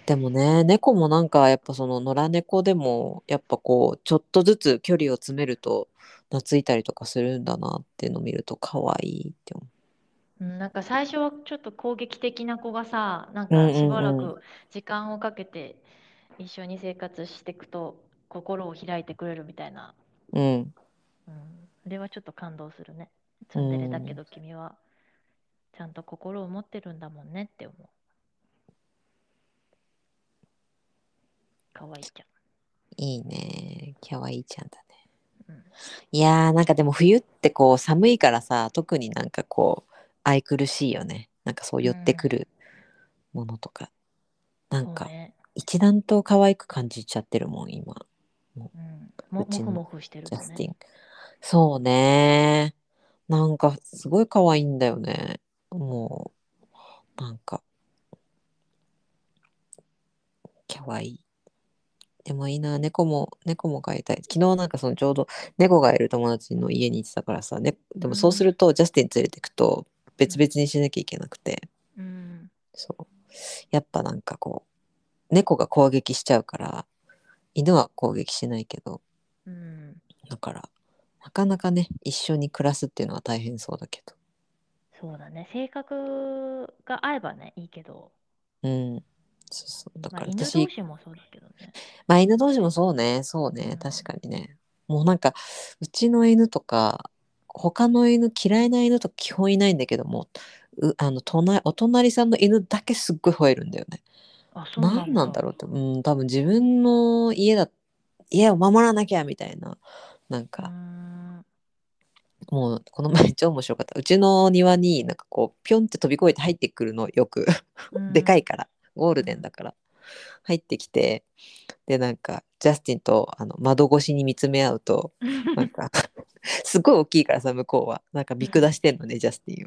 でもね猫もなんかやっぱその野良猫でもやっぱこうちょっとずつ距離を詰めると懐いたりとかするんだなっていうのを見ると可愛いって思
うんなんか最初はちょっと攻撃的な子がさなん
うんうんう
か
ん
しばらく時間をかけて一緒に生活していくと心を開いてくれるみたいな
う。うん
うん、あれはちょっと感動するね。ツンデレだけど君はちゃんと心を持ってるんだもんねって思う。かわいいじ
いいね可愛いちゃんだね。
ゃ
いやーなんかでも冬ってこう寒いからさ特になんかこう愛くるしいよねなんかそう寄ってくるものとか、なん
そう
か
ね
一段と可愛く感じちゃってるもん今
うん、もも
うち
ふ
の
もふしてる
ジ
と
ャスティン、
ね。
そうねなんかすごい可愛いんだよねもうなんか可愛いでもいいな猫も猫も飼いたい昨日なんかそのちょうど猫がいる友達の家に行ってたからさ、ね、でもそうするとジャスティン連れてくと別々にしなきゃいけなくて
うん、
そうやっぱなんかこう猫が攻撃しちゃうから犬は攻撃しないけど
うん、
だからなかなかね一緒に暮らすっていうのは大変そうだけど
そうだね。性格が合えばね、いいけど、
うんそうそうだか
まあ、
ら
犬
私、ま
同
あ、犬
士もそうだけどね。
同士もそうねそうね、
うん
確かにねもうなんかうちの犬とか他の犬嫌いな犬とか基本いないんだけどもうあの隣お隣さんの犬だけすっごい吠えるんだよね
あ、そうなんだ。
何なんだろうってうん多分自分の家だ家を守らなきゃみたいななん
う
か、
ーん。
もうこの前超面白かったうちの庭になんかこうピョンって飛び越えて入ってくるのよく
うん
でかいからゴールデンだから入ってきてでなんかジャスティンとあの窓越しに見つめ合うとなんか すごい大きいからさ向こうはなんか見下してんのねジャスティ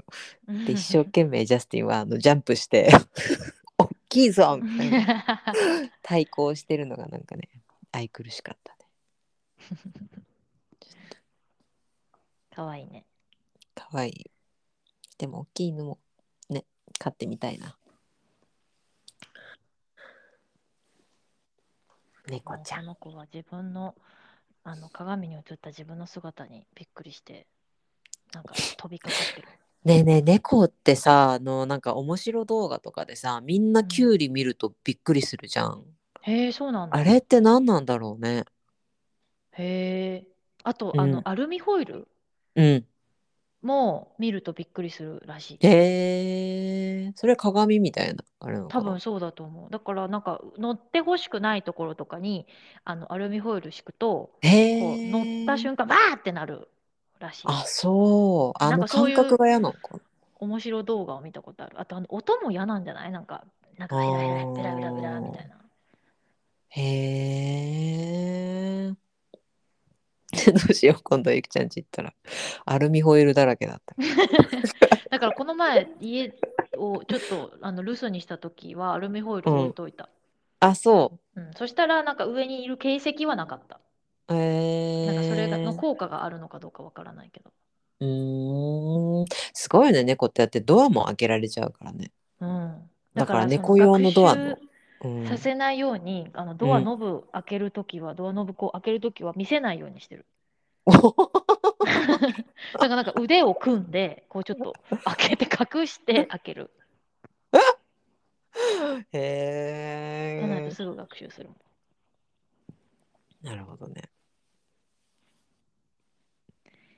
ンを。で一生懸命ジャスティンはあのジャンプして 大きいぞみたいな 対抗してるのがなんかね愛くるしかったね
かわいいね。
かわいいでも大きい犬もね飼ってみたいな猫ちゃ
こ
ん
の子は自分のあの鏡に映った自分の姿にびっくりして、なんか飛びかかってる。
ねえねえ猫ってさあのなんか面白動画とかでさみんなキュウリ見るとびっくりするじゃん、
へえ、そうなんだ。
あれって何なんだろうね
へえ。あと、
うん
あの、アルミホイル
うん
も見るとびっくりするらしい。
へえそれ鏡みたいなあれなのか
多
な
分そうだと思う。だから、なんか、乗ってほしくないところとかに、あの、アルミホイル敷くと、
へ
こう
え
乗った瞬間、わーってなるらしい。
あそうあ
なん
の
かそう
感
いう
覚が嫌なのかな
面白動画を見たことある。あと、あの音も嫌なんじゃないなんか、なんか、
あー
ヘラヘラ、ベラベラベラみたいな。
へえ。 どうしよう、今度ゆきちゃんち行ったら、アルミホイルだらけだ った。
だから、この前、家をちょっと、あの、留守にした時は、アルミホイル置いといた。
あ、そ
うん、そしたら、なんか上にいる形跡はなかった。
う。へえ。
なんかそれがの効果があるのかどうかわからないけど。
うーん。すごいね、猫ってやってドアも開けられちゃうからね。
うん。
だから
その
猫用のドアの
学習
うん。
させないように、あのドアノブ開けるときは、ドアノブこう開けるときは見せないようにしてる。 だからなんか腕を組んで、こうちょっと開けて隠して開ける。
へ
じゃないと
え。
すぐ学習するもん。
なるほどね。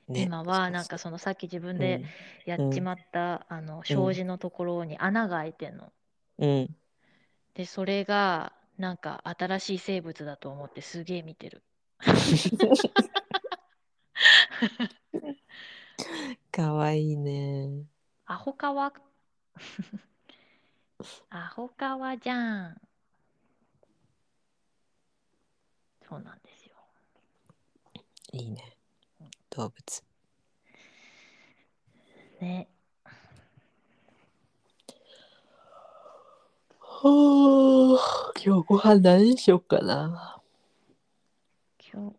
今はなんかそのさっき自分で、やっちまった、あの障子のところに穴が開いてんの。
うん。うん
で、それがなんか新しい生物だと思ってすげえ見てる。
かわいいね。
アホかわ。 アホかわじゃん。そうなんですよ。
いいね。動物。
ね。
はあ、今日ご飯何にしようかな。
今日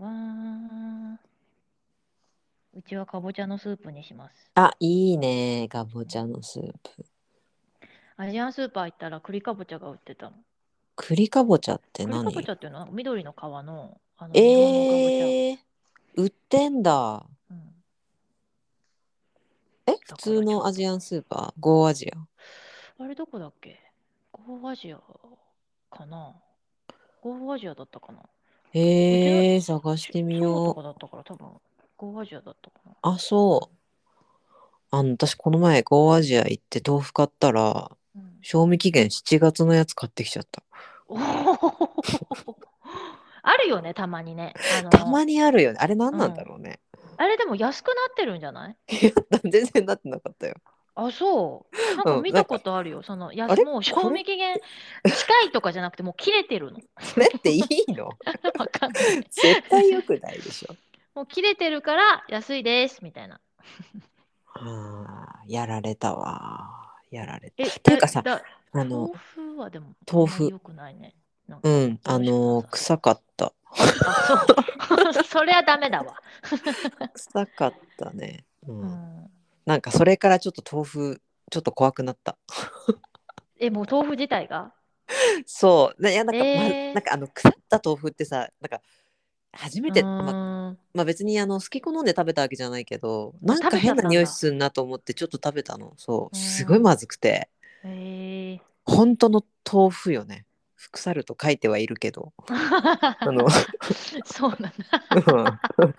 は、うちはかぼちゃのスープにします。
あ、いいね、かぼちゃのスープ。
アジアンスーパー行ったら栗かぼちゃが売ってたの。
栗かぼちゃって
栗か
何
ぼちゃっていうのは緑の皮の、あの、日本のかぼち
えー、売ってんだ。
ゃ。うん
え、普通のアジアンスーパー、ゴーアジア。
あれどこだっけゴーアジアかなゴーアジアだったかな
へえー、探してみ
そうとか
よ
だったから多分ゴーアジアだったかな
う。あ、そう。あの、私この前ゴーアジア行って豆腐買ったら、賞味期限7月のやつ買ってきちゃった。
おー あるよね、たまにね。あの
たまにあるよねあれ何なんだろうね、
あれでも安くなってるんじゃない
全然なってなかったよ
あ、そう。なんか見たことあるよ。その、や
あれ
もう賞味期限近いとかじゃなくて、もう切れてるの。
それっていい の
わかんない。
絶対良くないでしょ
もう切れてるから安いです、みたいな。
あーやられたわやられた
え、
ていうかさ
だだ
あの
豆腐はでも、
豆腐
よくないね。なん
う
か
んあの臭かった
あ、そう。 そりゃダメだわ。
臭かったね、 うん
うん。
なんかそれからちょっと豆腐ちょっと怖くなった
え、もう豆腐自体が
そうないやなんか、ま
えー
なんかあの腐った豆腐ってさなんか初めて、
うー
ま
ん
まあ別にあの好き好んで食べたわけじゃないけどなん
食
か
べちゃ
変
った
な
だ
ん匂いすんなと思ってちょっと食べたのそ
う
う
ん
すごいまずくて
えー
本当の豆腐よね腐ると書いてはいるけどあの
そうなんだ。
うん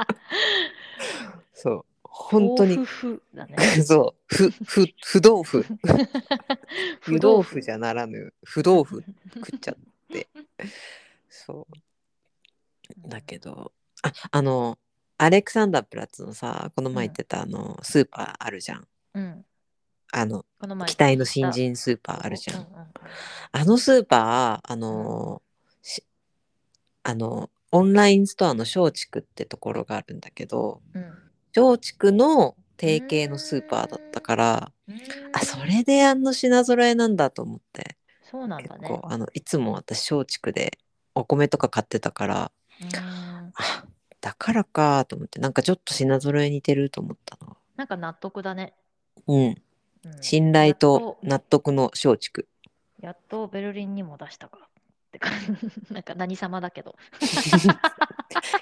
そう 本当に
豆腐だね。
そうふふ不動腐 湯
不
豆
動
腐じゃならぬ不動腐食っち ゃってそうだけどああのアレクサンダープラッツのさこの前
うん
行ってたあの、スーパーあるじゃん
うん。
あの
この前
期待の新人スーパーあるじゃん
うう
あのスーパーあのしあのオンラインストアの松竹ってところがあるんだけど
うん
松竹の提携のスーパーだったから
うん
あそれであの品揃えなんだと思って
そうなん
結
だね。
構あのいつも私松竹でお米とか買ってたから
うん
あだからかと思ってなんかちょっと品揃え似てると思ったな
なんか納得だね。
うん
うん
信頼と納得の松竹
やっとやっとベルリンにも出したか。ってか なんか何様だけど。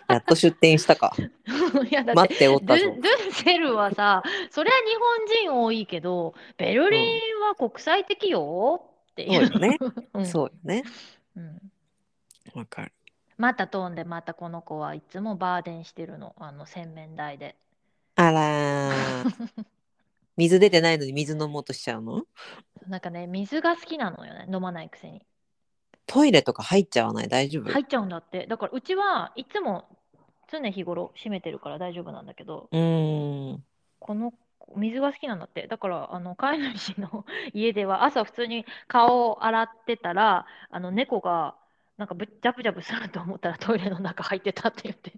やっと出店したか
い やだって
待っておっ
ド
たぞ
ゥンドゥンセルはさ、そりゃ日本人多いけど、ベルリンは国際的よって
そう
いう
よね、
うん
そうよね
うん
わかる
また飛んで、またこの子はいつもバーデンしてるの、あの洗面台で。
あらー水出てないのに水飲もうとしちゃうの
なんかね、水が好きなのよね、飲まないくせに。
トイレとか入っちゃわない大丈夫、
入っちゃうんだって。だからうちはいつも常日頃閉めてるから大丈夫なんだけど、
うーん
この子水が好きなんだって。だからあの飼い主の 家では朝普通に顔を洗ってたら、あの猫がなんかぶジャブジャブすると思ったらトイレの中入ってたって言って。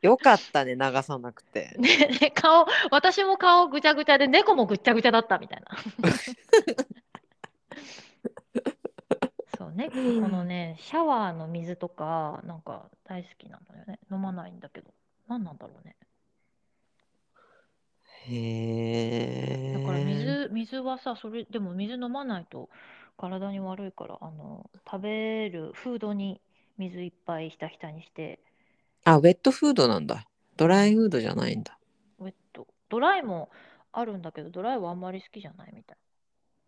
よかったね流さなくて
ねね顔、私も顔ぐちゃぐちゃで、猫もぐっちゃぐちゃだったみたいな。 そうね、このね、シャワーの水とか、なんか大好きなんだよね。飲まないんだけど。何なんだろうね。
へえ
だから水、水はさ、それ、でも水飲まないと体に悪いから、あの、食べるフードに水いっぱいひたひたにして、
あウェットフードなんだドライフードじゃないんだ
ウェット。ドライもあるんだけど、ドライはあんまり好きじゃないみた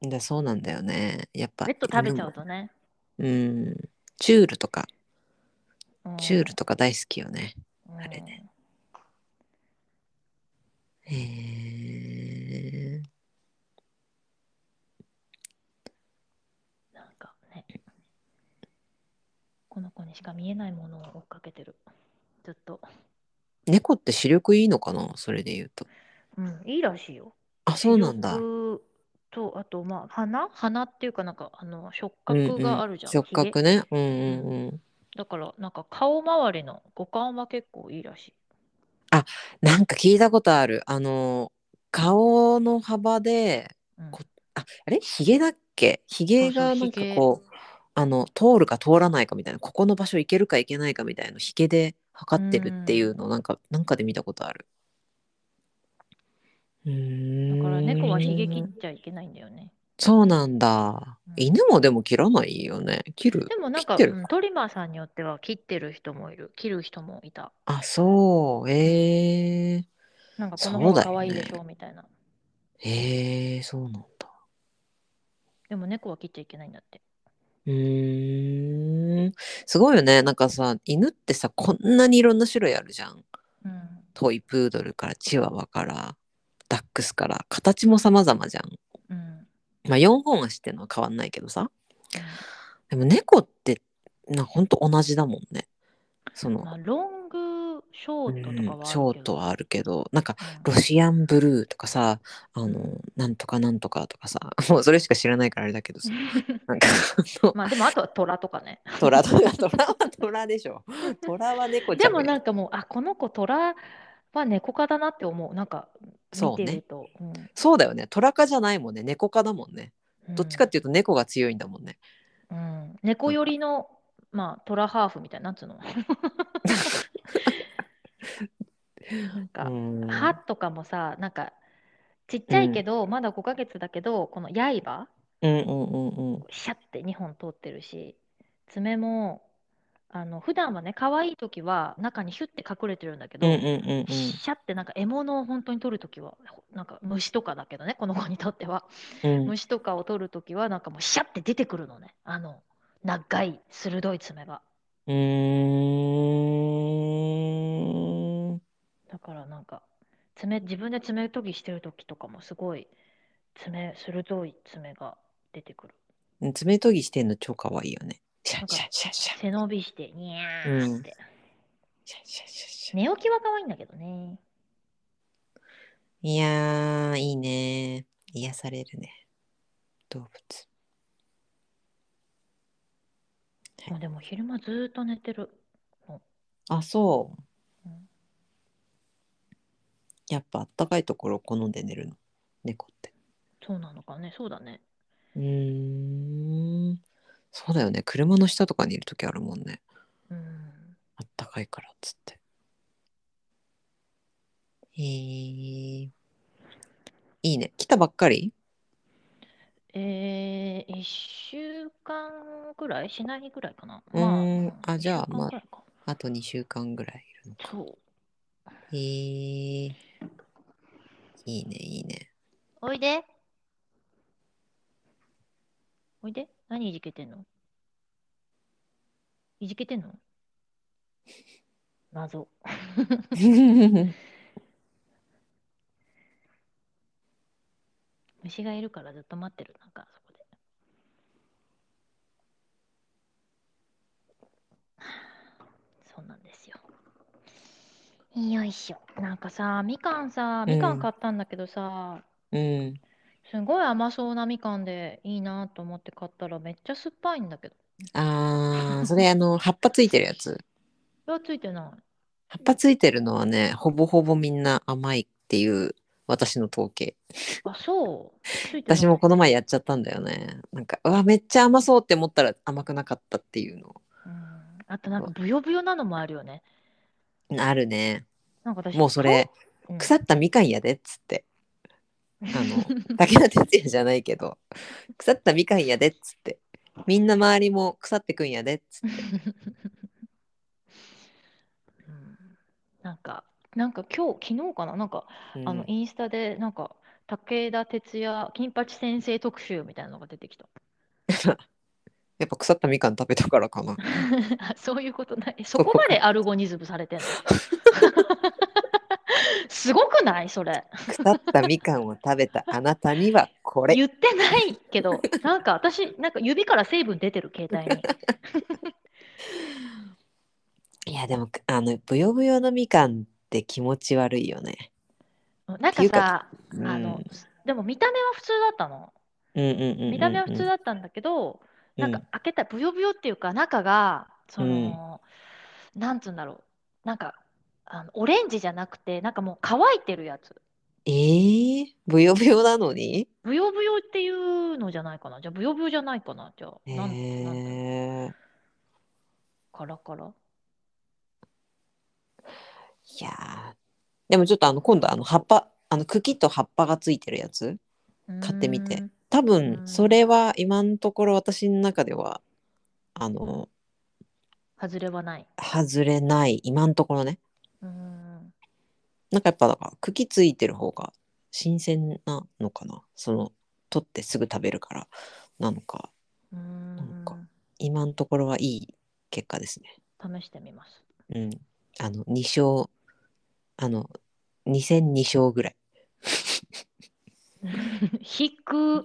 い。
でそうなんだよねやっぱ
ウェット食べちゃうとね。
うんチュールとか
うん
チュールとか大好きよね、
うん
あれねへえ
なんかね、この子にしか見えないものを追っかけてる。ずっと。
猫って視力いいのかなそれで言うと
うん、いいらしいよ。
あそうなんだ
視力と、あと、まあ、鼻鼻っていうか、なんか、あの、触
うんう
覚
ん
があるじゃん。
触
ひげ
覚ねうんうんうん
だから、なんか、顔周りの五感は結構いいらしい。
なんか聞いたことあるあの顔の幅で
うん
こああれひげだっけひげ
そうそ
が
う
なんか
ひげ
こうあの通るか通らないかみたいなここの場所行けるか行けないかみたいなひげで測ってるっていうのをなんかなんかで見たことあるうーん
だから、猫はひげ切っちゃいけないんだよね。
そうなんだ
うん
犬もでも切らないよね切る
でも、なん
切
か、
ってる
うんトリマーさんによっては、切ってる人もいる、切る人もいた。
あそうえー、
なんか、この
そう
方が
だよね
可愛いでしょ、みたいな。
えー、そうなんだ
でも、猫は切っちゃいけないんだって。
うーんすごいよねなんかさ犬ってさこんなにいろんな種類あるじゃん
うん。
トイプードルからチワワからダックスから形も様々じゃん
うん。
まあ4本足っていうのは変わんないけどさでも猫ってな本当同じだもんねその
まあ、ロング、ショートとかはあるけど、
うんショートはあるけどなんか
うん
ロシアンブルーとかさあのなんとかなんとかとかさ もうそれしか知らないからあれだけどさなんかあの
まあでもあとは虎とか ね。
虎とか虎は虎でしょ虎は猫ち
で
ゃん
も
よ
なんかもう、あ、この子虎は猫科だなって思う。なんか
そうね
見てると。う
そうだよね虎科じゃないもんね猫科だもんね
ん
どっちかっていうと猫が強いんだもんね、
うん、猫寄りの、まあ、トラハーフみたいな、なんつう の。なんか、
うん
歯とかもさ、なんか、ちっちゃいけど、まだ5ヶ月だけど、この刃、
うんうんうんうん
シャって2本通ってるし、爪も、あの普段はね、可愛い時は中にヒュッて隠れてるんだけ
う
ど、
んうんうんうん
シャってなんか獲物を本当に取るときは、ほなんか虫とかだけどね、この子にとっては。
うん
虫とかを取るときは、なんかもうシャって出てくるのね、あの、長い、鋭い爪が。
うーん
だからなんか爪自分で爪研ぎしてる時とかもすごい爪鋭い爪が出てくる
爪研ぎしてんの超可愛いよねシャンシャンシャンシャン
背伸びしてニャーって、
シャンシャンシャンシャン
寝起きは可愛いんだけどね
いやーいいね癒されるね動物
もうでも昼間ずーっと寝てる
あそう
うん
やっぱあったかいところを好んで寝るの猫って
そうなのかねそうだね
うーんそうだよね車の下とかにいる時あるもんね
うん
あったかいからっつってへえいいね来たばっかり
えー、1週間ぐらいしないぐらいかな
うーん
ま
あじゃあ
一週間ぐらいか
あと2週間ぐらいいるのか
そう
へえいいねいいね
おいでおいで何いじけてんのいじけてんの謎。虫がいるからずっと待ってる。なんかそこで。 そうなんですよ。よいしょ。なんかさ、みかんさ、みか
うん
ん買ったんだけどさ、
うん
すごい甘そうなみかんでいいなと思って買ったらめっちゃ酸っぱいんだけど。
あーそれあの葉っぱついてるやつ
いや、ついてない。
葉っぱついてるのはねほぼほぼみんな甘いっていう私の統計
あ、そう。ついてない
私もこの前やっちゃったんだよねなんかうわめっちゃ甘そうって思ったら甘くなかったっていうの
うんあとなんかブヨブヨなのもあるよね。
あるね
なんか私
もうそれ
顔うん
腐ったみかんやでっつってあ の武田鉄矢じゃないけど腐ったみかんやでっつってみんな周りも腐ってくんやでっつって
うんなんかなんか今日昨日かななんか、
うん
あのインスタでなんか武田鉄矢金八先生特集みたいなのが出てき た。
やっぱ腐ったみかん食べたからかな
あそういうことない。えそこまでアルゴニズムさ れてんのすごくないそれ。
腐ったみかんを食べたあなたにはこれ
言ってないけど、なんか私、なんか指から成分出てる、携 帯に。
いやでもあのぶよぶよのみかんって気持ち悪いよね
うんなん
ってい
か
う
さ
か、うん
あの、でも見た目は普通だったの。
うんうんうんうんうん
見た目は普通だったんだけど、なんか開けたブヨブヨっていうか中がその、なんつうんだろうなんかあのオレンジじゃなくてなんかもう乾いてるやつ
えー、ぶよぶよなのに
ブヨブヨっていうのじゃないかなじゃあブヨブヨじゃないかなじゃあ
え
なんなんだろう
ー、
カラカラ
いやーでもちょっとあの今度あの葉っぱあの茎と葉っぱがついてるやつ買ってみて
うーん
多
う
分
ん
それは今のところ私の中ではあの
外れはない
外れない今のところね
うーん
なんかやっぱだから茎ついてる方が新鮮なのかなその取ってすぐ食べるからなのか
うーん
なんか今のところはいい結果ですね
試してみます
うんあの2勝あの2002勝ぐらい
引く。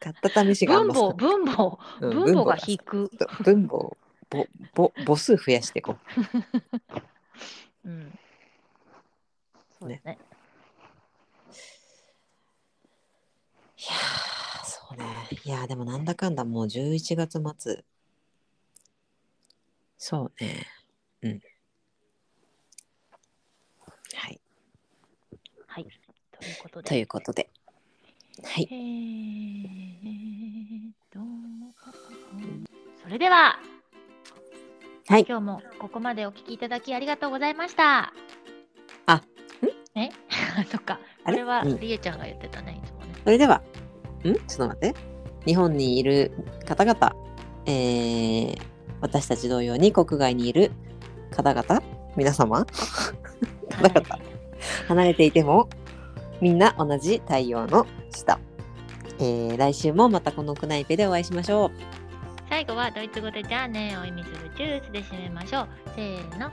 買った試しがあん
分母、
ま
分母、
うん
分母が
少
引く。
ちょっと分母をぼぼ母数増やしていこ
うん。そうですね。
う。いやーそうね。いやーでもなんだかんだもう11月末。そうね。うん。はい。
はい。ということ
と
で。
いうことで。はい。
えーっと。それでは、
はい。
今日もここまでお聞きいただきありがとうございました。
あ、
んえ そっか。
あ
こ
れ
れは
うん
りえちゃんが言ってたね、いつもね。
それでは、んちょっと待って。日本にいる方々、えー、私たち同様に国外にいる方々、皆様、 方々。離れていてもみんな同じ太陽の下、えー、来週もまたこのクナイペでお会いしましょう
最後はドイツ語でじゃあねを意味するチュースで締めましょう。せーの。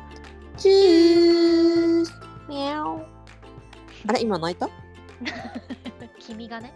チュースミャオあれ今泣いた
君がね。